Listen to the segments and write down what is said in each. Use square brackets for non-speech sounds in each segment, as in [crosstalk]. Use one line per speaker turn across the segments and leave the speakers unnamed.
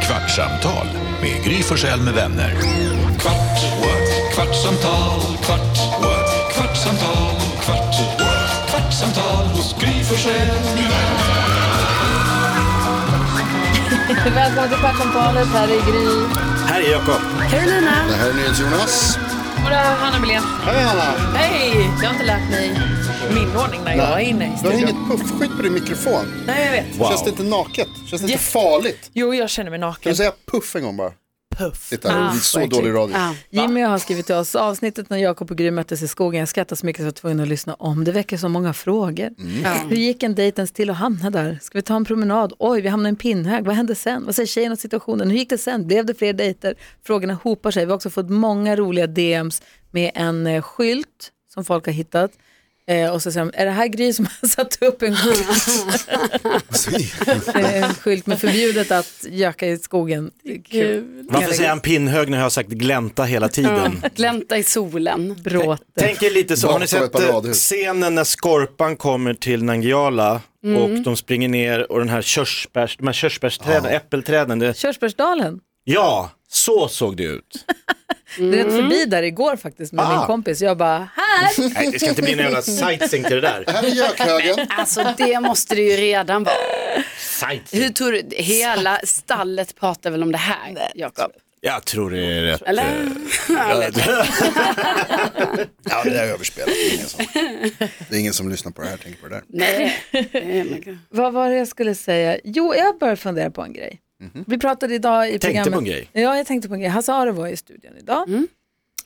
Kvartsamtal med Gry Forssell med vänner. Kvart, what? kvartsamtal, kvart, what? kvartsamtal, kvart, what? kvartsamtal hos Gry Forssell med vänner.
Välkommen till Kvartsamtalet. Här är Gry.
Här är Jakob.
Det här är NyhetsJonas.
Hörru, Hanna Billén.
Hej Hanna!
Hej! Jag har inte lärt mig min ordning när jag är inne i
Du har
studion.
inget puffskydd på din mikrofon.
Nej, jag vet.
Wow.
Känns det inte naket? Känns det inte
Jätte-
farligt?
Jo, jag känner mig
Kan
naken.
du säga puff en gång bara?
Puff.
Titta, det är så
verkligen.
dålig radio.
Jimmy har skrivit till oss, avsnittet när Jakob och Gry möttes i skogen, jag skrattar så mycket så jag var tvungen att lyssna om, det väcker så många frågor.
Mm.
Hur gick en dejt ens till att hamna där? Ska vi ta en promenad? Oj, vi hamnade i en pinnhög, vad hände sen? Vad säger tjejen om situationen? Hur gick det sen? Blev det fler dejter? Frågorna hopar sig, vi har också fått många roliga DMs med en eh, skylt som folk har hittat. Eh, och så säger de, är det här Gry som har [laughs] satt upp en skylt, eh, en skylt med förbjudet att göka i skogen? Kul.
Varför säger han pinnhög när jag har sagt glänta hela [laughs] tiden?
Mm. Glänta i solen.
Bråte.
Tänk er lite så, har ni
Bakom ett
sett eh,
paradhus.
scenen när Skorpan kommer till Nangijala och de springer ner och den här körsbärs, de här körsbärsträden, äppelträden. Det,
Körsbärsdalen.
ja, så såg det ut.
Jag
Mm.
red förbi där igår faktiskt med
Ah.
min kompis. Jag bara, här!
Nej, det ska inte bli någon jävla sightseeing till det där.
[laughs] Här är gökhögen.
Alltså det måste det ju redan vara.
Sightseeing.
Hur tror du, hela stallet pratar väl om det här, Jakob?
Jag tror det är rätt.
Eller?
Ja, det där är överspelat. Det är ingen som, det är ingen som lyssnar på det här tänker på det där.
Nej.
eh,
Nej, men gud.
Vad var det jag skulle säga? Jo, jag började fundera på en grej. Vi pratade idag i programmet.
Mhm. på en grej? Mm.
Ja, jag tänkte på en grej. Hasse Aro var i studion idag.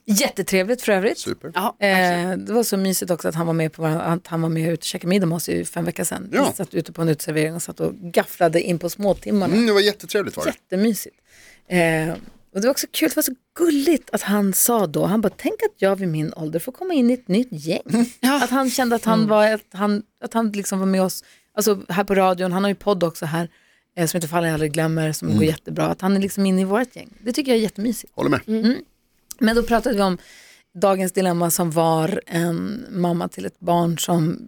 Jättetrevligt för övrigt.
Super.
Ja,
Eh, det var så mysigt också att han var med på våran- att han var med ute och käkade middag med oss i fem veckor sedan.
Ja.
Vi satt ute på en uteservering och satt och gafflade in på småtimmarna.
Mm, det var jättetrevligt var det.
Jättemysigt. Eh, och det var också kul, det var så gulligt att han sa då, han bara tänk att jag vid min ålder får komma in i ett nytt gäng. Att han kände att han, var, att han, att han liksom var med oss, alltså här på radion, han har ju podd också här, eh, som heter Fallen jag aldrig glömmer, som går jättebra, att han är liksom inne i vårt gäng. Det tycker jag är jättemysigt.
Håller med.
Men då pratade vi om dagens dilemma som var en mamma till ett barn som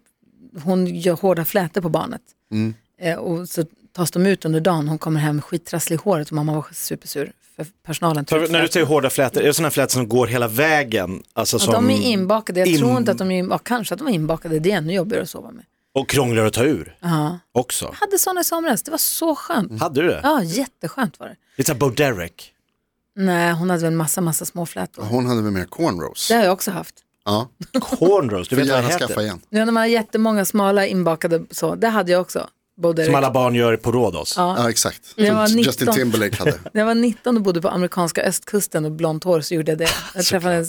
hon gör hårda flätor på barnet.
Mm.
Eh, och så tas de ut under dagen, hon kommer hem skittrasslig i håret och mamma var supersur för personalen.
För
tog ut
när du
flätor.
säger hårda flätor, är det sådana flätor som går hela vägen? Alltså
Ja,
som,
de är inbakade, jag
in-
tror inte att de är inbakade, kanske att de är inbakade, det är ännu jobbigare att sova med.
och krångligare att ta ur
Ja.
också.
Jag hade sådana i somras, det var så skönt.
Hade du det?
Ja, jätteskönt var det.
Lite såhär Bo [laughs] Derek.
Nej, hon hade väl massa, massa små flätor.
Hon hade väl mer
Det
cornrows?
har jag också haft.
Ja,
Cornrows, du
får
vet vad det
gärna
heter?
skaffa igen.
Nu när man har jättemånga smala inbakade så, det hade jag också. Både
Som alla barn gör på Rhodos.
Ja, exakt.
Jag var
Som Justin
19.
Timberlake hade.
[laughs] När jag var 19 och bodde på amerikanska östkusten och blont hår så gjorde jag
[laughs]
det. Jag träffade en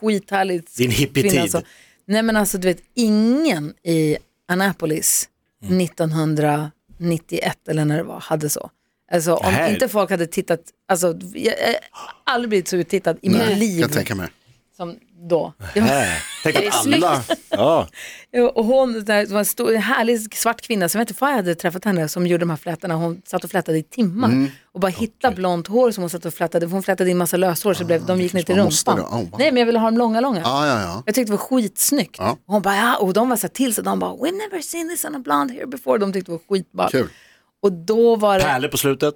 skithärlig
Din hippietid.
alltså. Nej men alltså du vet, ingen i Annapolis
Mm.
1991 eller när det var hade så. Alltså om
här-
inte folk hade tittat, alltså jag jag har aldrig blivit så uttittad i mitt liv
Jag tänker mig.
som då. Jag var
Nej, Äh, Tänk [laughs] att alla... Ja.
Ja, Och hon där, det var en, stor, en härlig svart kvinna, som jag vet inte vad jag hade träffat henne, som gjorde de här flätorna. Hon satt och flätade i timmar
Mm.
och bara hittade blont hår som hon satt och flätade. För Hon flätade in massa löshår så det blev,
Ah,
de gick ner till
man måste
rumpan.
då. Oh, wow. Ah.
Nej, men jag ville ha dem långa, långa.
Ja, ja, ja.
Jag tyckte det var skitsnyggt.
Ja.
Och hon bara, ja, och de var så här till sig. De bara, we've never seen this on a blonde hair before. De tyckte det var skitballt.
Kul.
Och då var det,
Pärlor på slutet.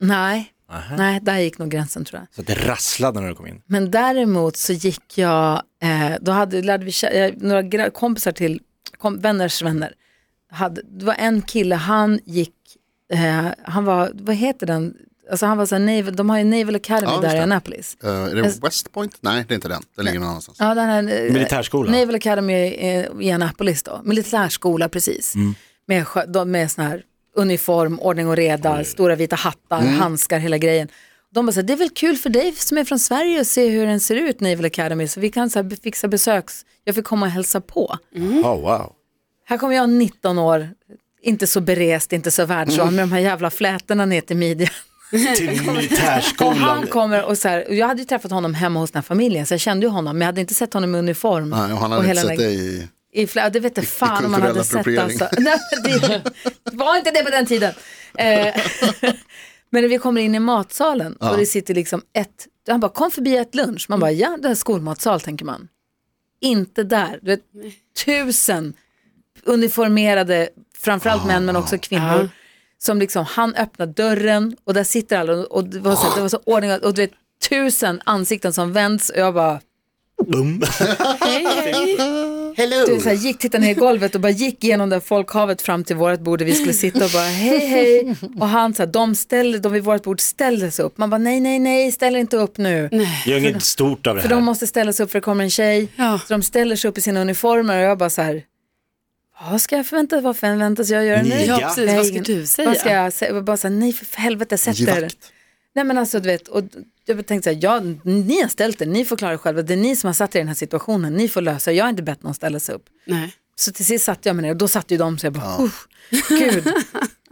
nej, nej, där gick nog gränsen tror jag.
Så att det rasslade när du kom in.
Men däremot så gick jag, eh, då hade, lärde vi kä- eh, några gra- kompisar till, kom, vänners vänner. Hade, det var en kille, han gick, eh, han var, vad heter den, alltså han var så här, naval, de har ju Naval Academy
Ja, just
där i
det.
Annapolis.
Eh, är det West Point? Nej, det är inte den. Den ligger någon annanstans.
Ja, den här, eh,
Militärskolan.
Naval Academy i, i Annapolis då, militärskola precis. Med, skö- de- med sån här uniform, ordning och reda, stora vita hattar, handskar, hela grejen. De bara så här, det är väl kul för dig som är från Sverige att se hur den ser ut, Naval Academy, så vi kan så här be- fixa besöks, jag fick komma och hälsa på.
Oh, wow.
Här kommer jag 19 år, inte så berest, inte så världsvan, med de här jävla flätorna ner till midjan. [laughs]
Till
Och han
militärskolan.
kommer och så här, och jag hade ju träffat honom hemma hos den här familjen, så jag kände ju honom, men jag hade inte sett honom i uniform.
Nej, och han hade inte
hela
sett
den-
dig i...
i flera, det vet jag fan om man
kulturell
hade sett
appropriering.
alltså. [laughs] Nej, men det var inte det på den tiden. Eh, [laughs] men när vi kommer in i matsalen och det sitter liksom ett, han bara kom förbi ett lunch, man bara ja det är en skolmatsal tänker man. Inte där, du vet,
Ah.
tusen uniformerade, framförallt män men också kvinnor som liksom, han öppnar dörren och där sitter alla och det var så, det var så ordning och och du vet tusen ansikten som vänds och jag bara
Bum.
du vet, så här, gick, tittade ner i golvet och bara gick igenom det folkhavet fram till vårt bord där vi skulle sitta och bara hej hej. Och han så här, de ställde, de vid vårt bord ställde sig upp. Man bara nej nej nej ställ inte upp nu.
Gör inget stort av det
För de
här.
måste ställa sig upp för det kommer en tjej.
Ja.
Så de ställer sig upp i sina uniformer och jag bara så här, vad ska jag förvänta, vad förväntas jag göra nu?
Ja, precis.
Nej,
Vad ska du säga?
Vad ska jag säga? Jag Bara så här, nej för för helvete, sätt
Ge
er.
vakt.
Nej men alltså du vet, och jag tänkte så här, ja, ni har ställt er, ni får klara er själva, det är ni som har satt er i den här situationen, ni får lösa det. jag har inte bett någon ställa sig upp.
Nej.
Så till sist satte jag mig ner och då satt ju de så jag bara, "Uff,
[laughs]
gud.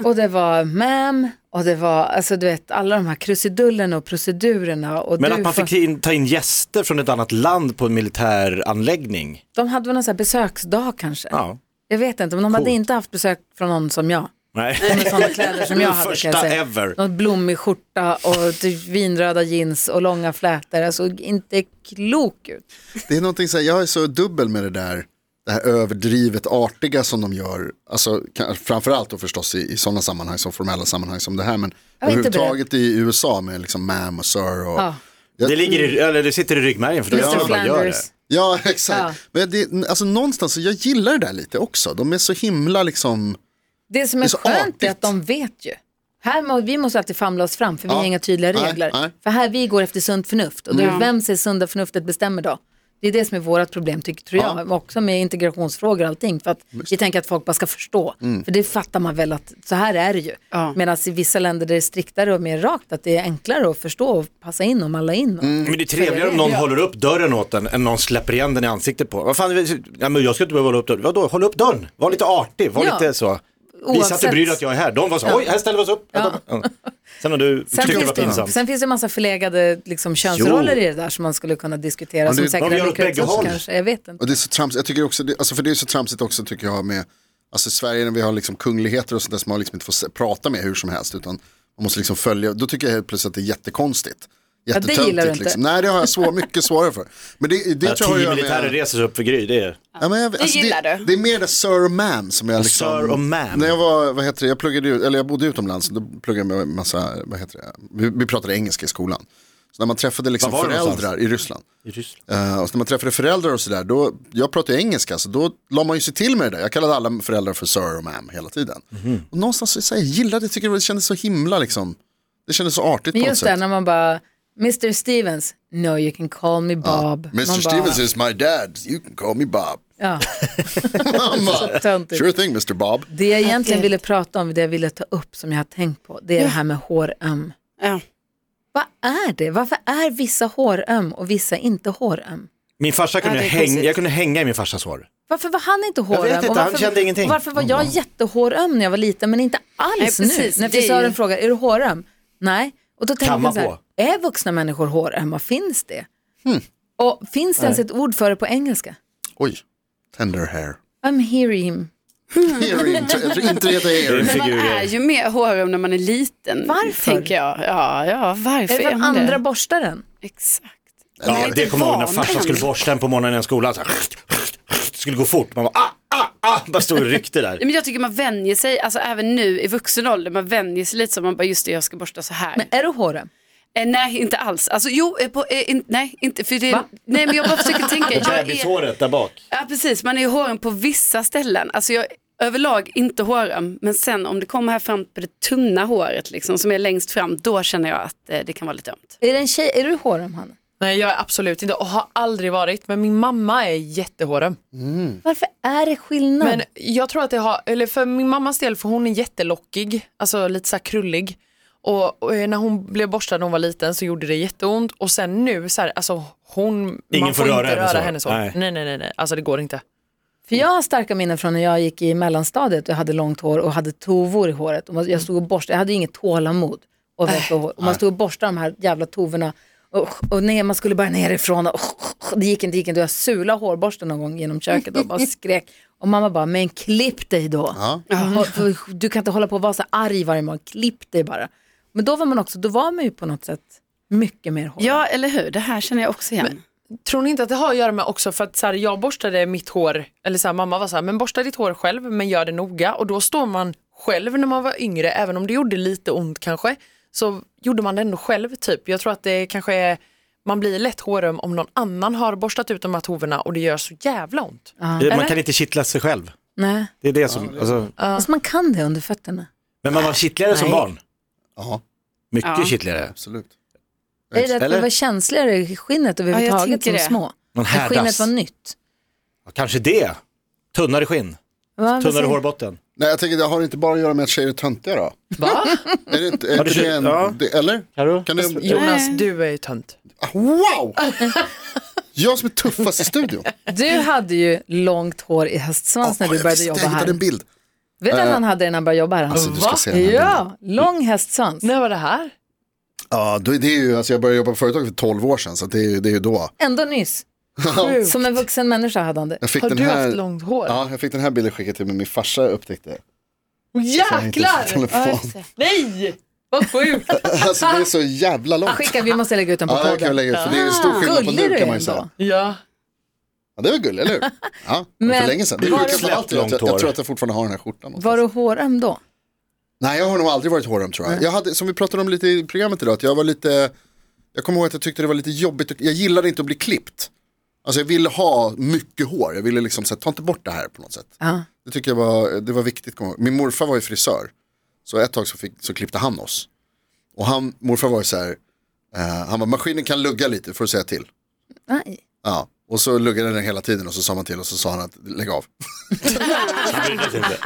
och det var ma'am och det var, alltså du vet, alla de här krusidullerna och procedurerna. Och
Men
du
att man
får-
fick in, ta in gäster från ett annat land på en militäranläggning.
De hade väl någon så här besöksdag kanske.
Ja.
Jag vet inte, men de hade inte haft besök från någon som jag.
Nej.
Med
[laughs]
sådana kläder som jag hade
Första
kan jag säga.
ever.
Någon blommig skjorta och typ vinröda jeans och långa flätor. Jag såg inte klok ut.
Det är någonting så här, jag är så dubbel med det där, det här överdrivet artiga som de gör. Alltså ka- framförallt då förstås i, i sådana sammanhang, som formella sammanhang som det här. Men
Jag är inte
överhuvudtaget i USA med liksom ma'am och sir och...
Ja.
Jag-
Det, ligger i, eller det sitter i ryggmärgen för då
Mr.
vet man vad man gör det.
Flanders.
Ja, [laughs] exakt. Men det, alltså någonstans, så jag gillar det där lite också. De är så himla liksom,
Det som är,
är så
skönt är
artigt.
att de vet ju. Här må, vi måste alltid famla oss fram för vi
Ja.
har inga tydliga
Nej,
regler.
nej.
För här vi går efter sunt förnuft och då, vem ser sunda förnuftet bestämmer då? Det är det som är vårt problem tycker, tror jag, också med integrationsfrågor och allting. För att vi tänker att folk bara ska förstå. För det fattar man väl att så här är det ju.
Ja.
Medan i vissa länder där det är striktare och mer rakt, att det är enklare att förstå och passa in och malla in. Och...
Men det är trevligare om någon håller upp dörren åt en än någon släpper igen den i ansiktet på. Vad fan, ja, men jag ska inte behöva hålla upp dörren. Vadå, håll upp dörren. Var lite artig, var
Ja.
lite så. Visa att du
Oavsett.
bryr dig att jag är här. De var så, oj, här ställer vi oss upp. Ja. Sen har du
Sen,
tyckt det var
finns det,
pinsamt.
sen finns det en massa förlegade liksom, könsroller i det där som man skulle kunna diskutera.
det-
som
de
säkert
gör
har
åt bägge
luckrats upp
håll.
kanske. Jag vet inte.
och det är så tramsigt, jag tycker också, det, alltså för det är så tramsigt också tycker jag med, alltså i Sverige när vi har liksom kungligheter och sånt där som man liksom inte får se- prata med hur som helst utan man måste liksom följa, då tycker jag helt plötsligt att det är jättekonstigt.
det gillar du inte.
Liksom. Nej, det har jag svår, mycket svårare för. Men det, det tror
Ja,
jag
tio
har att göra
militärer
med-
reser sig upp för Gry, det är...
Ja, men jag, alltså,
gillar
det,
du.
Det är mer det sir och ma'am som jag liksom.
Sir och ma'am.
När jag var, vad heter det, jag pluggade ut, eller jag bodde utomlands, då pluggade jag med en massa, vad heter det, vi, vi pratade engelska i skolan. Så när man träffade liksom
Var var det
föräldrar
någonstans?
i Ryssland.
I Ryssland.
eh, och så när man träffade föräldrar och sådär, då, jag pratade ju engelska, så då la man ju sig till med det där. Jag kallade alla föräldrar för sir och ma'am hela tiden.
Mhm.
Och någonstans så, så här, jag gillade, jag tycker det kändes så himla liksom, det kändes så artigt
Men
på något
just det,
sätt.
när man bara, Mr Stevens, no you can call me Bob.
Mr.
Man
Stevens is my dad, you can call me
[laughs]
Bob. [laughs]
Ja.
Man bara,
Töntigt.
sure thing Mr. Bob.
Det
[laughs]
jag egentligen ville prata om, det jag ville ta upp som jag har tänkt på, det är det här med håröm.
Ja.
Vad är det? Varför är vissa håröm och vissa inte håröm?
Min farsa kunde,
Ja, det är
häng,
konstigt.
jag kunde hänga i min farsas hår.
Varför var han inte håröm?
vet inte,
Och
han
varför,
kände ingenting.
och Varför var jag jättehåröm när jag var liten men inte alls
Nej, precis,
nu? När
det är ju-
frisören frågar, är du håröm? Nej. Och då tänker man
Kan man
så här,
få?
är vuxna människor hårömma? Finns det?
Hmm.
Och finns det ens ett ord för det på engelska?
Oj, tender hair.
I'm hearing him.
Earring, tror- jag tror inte det heter earring.
Men man
Figur är-
är ju mer hårig när man är liten.
Varför?
Tänker jag. Ja, ja varför
Är det
är
för
man
att andra
det?
borstar den?
Exakt.
Ja, det kommer jag ihåg när
van
farsan
än.
skulle borsta en på morgonen i skolan. Så här, det skulle gå fort, man bara ah, ah, ah, bara stod och ryckte där.
Nej, Men jag tycker man vänjer sig, alltså även nu i vuxen ålder, man vänjer sig lite så man bara just det jag ska borsta så här.
Men är du håröm?
Eh, nej inte alls, alltså jo, eh, på, eh, in, nej inte för det,
Va?
nej men jag bara försöker
[laughs]
tänka.
Och
Jag är,
bebishåret där bak.
ja precis, man är ju håren på vissa ställen, alltså jag är överlag inte håren, men sen om det kommer här fram på det tunna håret liksom som är längst fram, då känner jag att eh, det kan vara lite ömt.
Är det en tjej? Är du håröm Hanna?
Nej, jag är absolut inte och har aldrig varit. Men min mamma är
Mm.
jättehåröm.
Varför är det skillnad?
Men jag tror att det har, eller för min mammas del, för hon är jättelockig, alltså lite så här krullig. Och, och eh, när hon blev borstad när hon var liten så gjorde det jätteont och sen nu så här, alltså hon,
Ingen
man får
får röra
inte
henne
röra
så.
henne så.
Nej.
Nej. nej, nej, nej, alltså det går inte.
För jag har starka minnen från när jag gick i mellanstadiet och hade långt hår och hade tovor i håret. Och man- jag stod och borstade, jag hade ju inget tålamod. Och, veta hår. och man stod och borstade de här jävla tovorna. Och, och ner, man skulle börja nerifrån och, och det gick inte, det gick inte. Jag sulade hårborsten någon gång genom köket och bara skrek. Och mamma bara, men klipp dig då. Mm. Och, för, du kan inte hålla på och vara så arg varje morgon, klipp dig bara. Men då var man också, då var man ju på något sätt mycket mer hår.
Ja eller hur, det här känner jag också igen.
Tror ni inte att det har att göra med också för att så här, jag borstade mitt hår, eller så här, mamma var så här, men borsta ditt hår själv men gör det noga och då står man själv när man var yngre, även om det gjorde lite ont kanske, så gjorde man det ändå själv typ. Jag tror att det kanske är, man blir lätt håröm om någon annan har borstat ut de här tovorna och det gör så jävla ont.
Man kan inte kittla sig själv.
Nej.
Det är det som, alltså,
Alltså man kan det under fötterna.
men man var kittligare som barn.
Ja,
Mycket
Ja.
kittligare.
absolut.
Jag är rädd att
Eller?
man var känsligare i skinnet
Ja, jag
överhuvudtaget
tänker
som
det.
små.
Man
När skinnet
härdas.
var nytt.
Ja, Kanske det. Tunnare skinn,
Va? Vad
tunnare
säger-
[laughs]
hårbotten.
Nej, jag tänker det har inte bara att göra med att tjejer är töntiga då?
Va?
[laughs] Är det inte, är Alltså, inte
Har du
det
kö-
en,
ja.
det, eller?
Karo?
Kan det,
Jonas, du är ju tönt.
[laughs] wow! Jag som är tuffast i studion.
Du hade ju långt hår i hästsvans när
Åh,
du
jag
började
visste,
jobba
jag
här.
hittade en bild.
Vet du att han hade det när han började jobba här?
Alltså, du ska se den här bilden.
ja, lång hästsvans.
När var det här?
Ja, då är det är ju, alltså jag började jobba på företag för 12 år sedan, så det är ju, det är ju då.
Ändå nyss.
Sjukt.
Som en vuxen människa hade han det.
Jag fick
Har
den
du
här,
haft långt hår?
Ja, jag fick den här bilden skickad till mig, min farsa upptäckte.
Åh,
Jag hittade
Jäklar!
[laughs] sin telefon.
Nej! Vad sjukt!
[laughs] Alltså det är så jävla långt.
Skicka, vi måste lägga ut den på
Ja, det kan jag
podden.
lägga ut, för det är ju stor skillnad på
Gullig
nu
du
kan
är
man ju säga.
ändå.
[laughs] Ja.
Ja, det var gulligt,
[laughs]
eller hur? Ja, men, för
Men
länge sedan. Det
var
brukar
det-
man alltid göra. jag, jag tror att jag fortfarande har den här skjortan.
Var
någonstans.
du håröm då?
Nej, jag har nog aldrig varit hårdöm tror jag. jag hade, som vi pratade om lite i programmet idag, att jag var lite, jag kommer ihåg att jag tyckte det var lite jobbigt, och, jag gillade inte att bli klippt. Alltså jag ville ha mycket hår, jag ville liksom så här, ta inte bort det här på något sätt.
Ja.
Det tycker jag var, det var viktigt. kommer jag ihåg. Min morfar var ju frisör. Så ett tag så, fick, så klippte han oss. Och han, morfar var ju så här, eh, han bara maskinen kan lugga lite för att säga till.
Nej.
Ja. Och så luggade den hela tiden och så sa man till och så sa han att lägg av.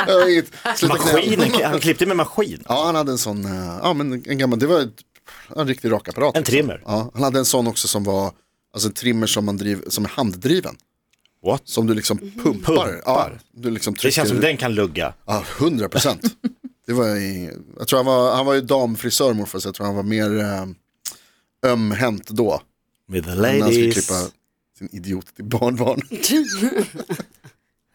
Jag har inget- sluta
Maskinen,
knä.
han klippte med maskin.
Ja han hade en sån, eh, ja men en gammal, det var ett, en riktig rakapparat. liksom.
En trimmer.
Ja, han hade en sån också som var, alltså en trimmer som, man driv, som är handdriven.
What?
Som du liksom
Mhm.
pumpar. Ja,
Pumpar.
du liksom trycker.
Det känns som den kan lugga.
Ja, hundra procent. Det var i, jag tror han var, han var ju damfrisör morfar, så jag tror han var mer eh, ömhänt då.
With the
När han skulle
ladies.
klippa sin idiot till barnbarn.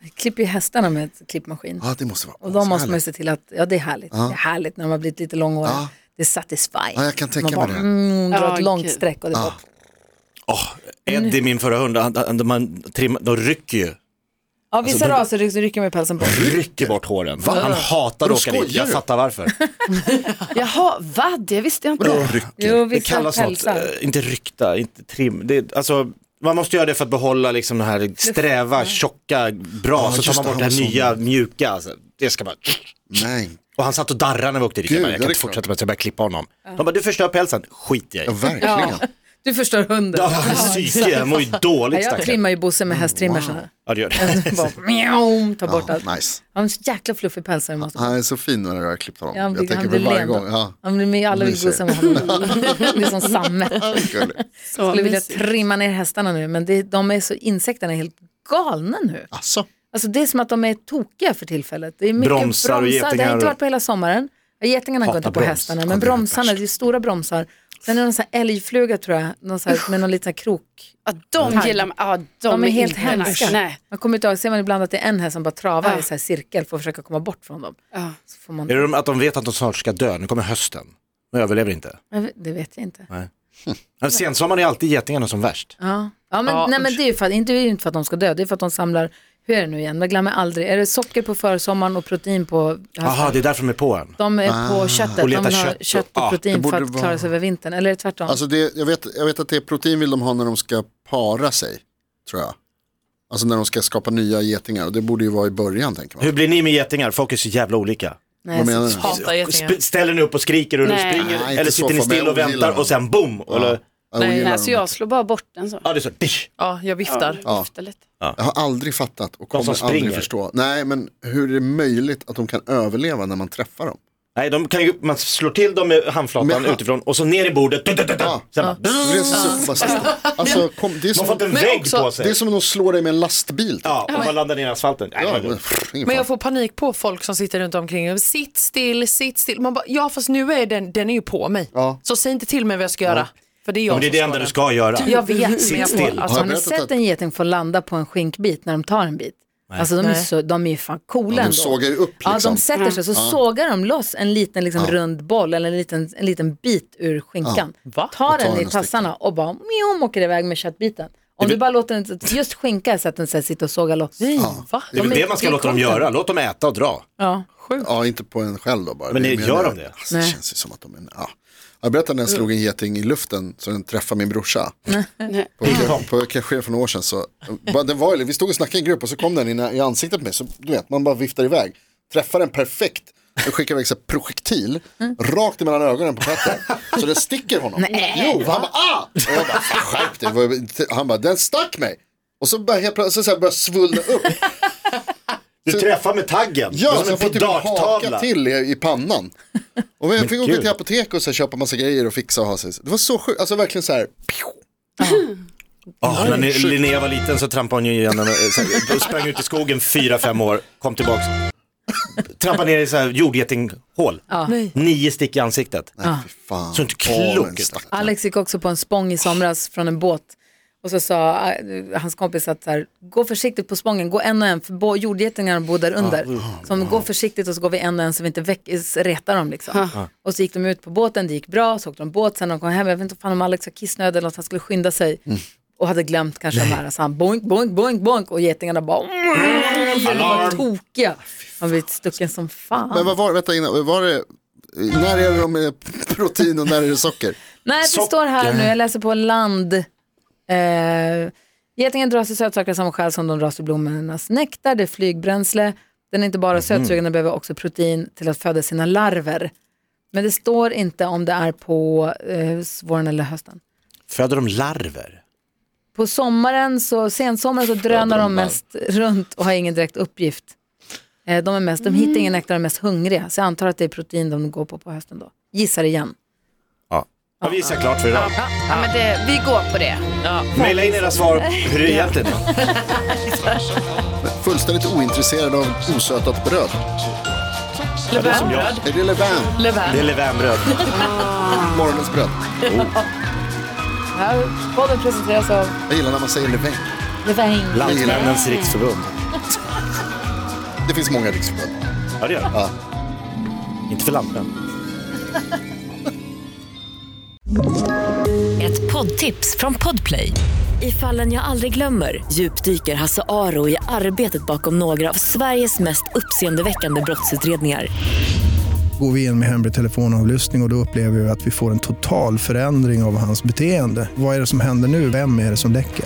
Jag klipper ju hästarna med ett klippmaskin.
Ja, det måste vara
Och då måste man ju
ashärligt.
se till att, ja det är härligt. Det är härligt när man har blivit lite långhårig. Det är satisfying.
Ja, jag kan tänka
man
mig
bara,
det.
Mm, drar
Ja,
ett långt
gud.
streck och det är bort.
Oh, Eddie, min förra hund, han, han, man trimmar, de rycker ju.
Ja,
Alltså,
vissa raser rycker, rycker med pälsen på.
Rycker bort håren. Han hatar
Vadå,
att åka dit,
skojar
jag
du?
[laughs]
fattar varför.
Jaha, vad? Det visste jag inte.
Vadå rycker?
Jo,
det
vissa
kallas något,
pälsar.
eh, inte rykta, inte trim. Det, är- alltså, man måste göra det för att behålla liksom den här sträva, tjocka, bra,
Ja,
så tar
just
man
det,
bort det här
han var
nya, mjuka. Alltså, det ska man...
Nej,
Och han satt och darrade när vi åkte dit.
Gud,
jag, bara,
ja,
jag
det
kan
är
inte
klart.
fortsätta med att jag börjar klippa honom. De bara, du förstör pälsen. Skit jag i.
ja, verkligen.
Du förstör hunden.
Ja, hans psyke, jag mår ju
Ja,
dåligt
jag
stackaren.
trimmar ju Bosse med hästtrimmers. Wow.
Ja, det gör
[laughs]
det.
Bara, mjau, tar bort allt.
Mm. Ja, nice.
Han har så jäkla fluffig päls. här, vi måste-
Han är så fin när jag har klippt honom.
Ja, han
jag
blir,
tänker
han
på
blir
varje
len.
gång. Ja,
Han blir med alla vill
Mysig.
gosa med honom. Det är som sammet.
[laughs] gulligt.
Så
skulle vilja
mysigt.
trimma ner hästarna nu, men det, de är så, insekterna är helt galna nu.
Alltså,
Alltså det är som att de är tokiga för tillfället. Det är mycket
Bromsar
bromsar,
och
det har
getingar
inte
och-
varit på hela sommaren. Ja, Getingarna går
Hatar
inte på
broms.
hästarna,
Ja,
men
det är det
bromsarna, det är stora bromsar. Sen är det någon sån här älgfluga tror jag, någon sån här, med någon liten krok.
Ja, de gillar man. Ja, de,
De är helt
inte
hemska.
nice. Nej.
Man kommer inte ihåg, ser man ibland att det är en häst som bara travar
Ja.
i så här cirkel för att försöka komma bort från dem.
Ja.
Så får man,
Är det de- att de vet att de snart ska dö, nu kommer hösten. De överlever inte.
Jag vet- det vet jag inte.
Men sensommaren är alltid getingarna som värst.
Ja, ja men,
Ja,
nej, men
usch.
det är ju för att, inte, det är ju inte för att de ska dö, det är för att de samlar, hur är det nu igen, man glömmer aldrig, är det socker på försommaren och protein på
Jaha, det är därför de är på en.
De är
Ah.
på köttet,
Och
de
letar
vill ha
kött
kött,
och-
och
ah, det
protein för
borde
att klara
vara-
sig över vintern, eller är det tvärtom?
alltså det, jag, vet, jag vet att det är protein vill de ha när de ska para sig, tror jag. Alltså när de ska skapa nya getingar, och det borde ju vara i början tänker man.
Hur blir ni med getingar? Folk är så jävla olika.
nej,
Vad menar
så,
du?
Hatar getingar.
Sp- ställer ni upp och skriker och
Nej.
ni springer?
Nej, inte så
eller sitter ni
för mig.
still och
Jag ogillar
väntar
dem.
och sen boom? Ja. Eller,
Jag ogillar
Nej,
dem.
så jag slår bara bort den så.
ja, det är så. Dish.
Ja, jag viftar.
Efter lite.
Jag har aldrig fattat och
som
kommer aldrig
springer.
förstå. Nej, men hur är det möjligt att de kan överleva när man träffar dem?
Nej, de kan ju, man slår till dem med handflatan
Men-
utifrån och så ner i bordet. Du, du, du, du.
Ja.
Sen bara,
Det är så superfascistiskt. Alltså, kom, det, är
de har fått en
som,
Men
vägg
också-
på
det är
sig.
som att de slår dig med en lastbil. typ.
Ja, och man landar ner i asfalten. Nej,
Ja,
det var
men,
dumt.
pff, ingen
Men
fara.
jag får panik på folk som sitter runt omkring. Sitt still, sitt still. Man bara, ja fast nu är den, den är ju på mig.
Ja.
Så säg inte till mig vad jag ska göra. För det är jag
Men det är det
som
enda
den.
du ska göra.
Jag vet, men jag
still.
får, alltså,
har ni
berättat
sett
att-
en geting få landa på en skinkbit när de tar en bit? Alltså de är,
Nej.
så, de är ju fan coola
Ja, de
ändå.
sågar ju upp,
Ja,
liksom.
de sätter sig, så sågar de loss en liten liksom, rund boll eller en liten, en liten bit ur skinkan.
Va?
Tar
Och tar
den
den
i
och
tassarna och bara mjom, åker iväg med köttbiten. Om Om du bara låter den, just skinka så att den så här, sitter och sågar loss.
Va?
Det är väl det man ska låta dem göra, låt dem äta och dra.
Ja.
Ja, inte på en själv då bara.
Men
är
det-
mer-
gör de det?
Alltså, det känns ju som att de är... Ja. Jag berättade när jag slog en geting i luften så den träffade min brorsa. på på Kescher för några år sedan så, bara, den var, vi stod och snackade i en grupp och så kom den in i ansiktet på mig. Så du vet, man bara viftar iväg. Träffar den perfekt. och skickar iväg en projektil rakt emellan ögonen på Petter. Så den sticker honom. jo, han bara ah! Och jag bara skärp dig. Det var- Han bara den stack mig. Och så började jag plötsligt så här började jag svullna upp.
Du träffar med taggen,
Ja, så
det är
jag får
som en
typ en haka
darttavla.
till i, i pannan. Och jag fick åka
gud.
till apoteket och så här, köpa massa grejer och fixa och ha sig. Det var så sjukt, alltså verkligen så här. pju.
Ja, när Lin- Linnea var liten så trampade hon ju igenom, eh, så här, sprang ut i skogen fyra, fem år, kom tillbaks, trampade ner i så här jordgetinghål. Nio stick i ansiktet.
Nej, fy fan.
Ah. Så inte
Åh,
klok
men
ut. alltså.
stack-
Alex gick också på en spång i somras från en båt. Och så sa eh, hans kompis att så här, gå försiktigt på spången, gå en och en, för bo- jordgetingarna bor där
Ah,
under. Så om, gå försiktigt och så går vi en och en så vi inte väck- s- retar dem liksom.
Ah.
Och så gick de ut på båten, det gick bra, så åkte de båt, sen när de kom hem, jag vet inte fan om Alex var kissnödig eller något, han skulle skynda sig.
Mm.
Och hade glömt kanske de här, så han boink, boink, boink, boink och getingarna bara, de var tokiga. Han blev stucken som
Men
fan.
vad var det, vänta innan, var det, när är det de med protein och när är det socker?
Nej, det står här nu, jag läser på land. Eh, getingen dras till sötsaker av samma skäl som de dras till blommornas nektar, det är flygbränsle. Den är inte bara sötsugande, behöver också protein till att föda sina larver. Men det står inte om det är på eh, våren eller hösten.
Föder de larver?
På sommaren, så, sensommaren, så drönar de mest runt och har ingen direkt uppgift. Eh, de, är mest, de hittar ingen
Mm.
nektar, de är mest hungriga. Så jag antar att det är protein de går på på hösten då. Gissar igen.
Ja. Ja, vi gissar klart för idag.
Ja, men det, vi går på det.
Maila in era svar hur det egentligen är.
Fullständigt ointresserad av osötat bröd. Är det levain,
Det är levainbröd.
morgonens bröd?
Här, podden presenteras av
Jag gillar när man säger levain.
Levain.
Landsmännens riksförbund.
Det finns många riksförbund.
Ja, det gör det.
Ja.
Inte för lantmän.
Ett poddtips från Podplay. I fallen jag aldrig glömmer djupdyker Hasse Aro i arbetet bakom några av Sveriges mest uppseendeväckande brottsutredningar.
går vi in med hemlig telefonavlyssning och, och då upplever vi att vi får en total förändring av hans beteende. Vad är det som händer nu? Vem är det som läcker?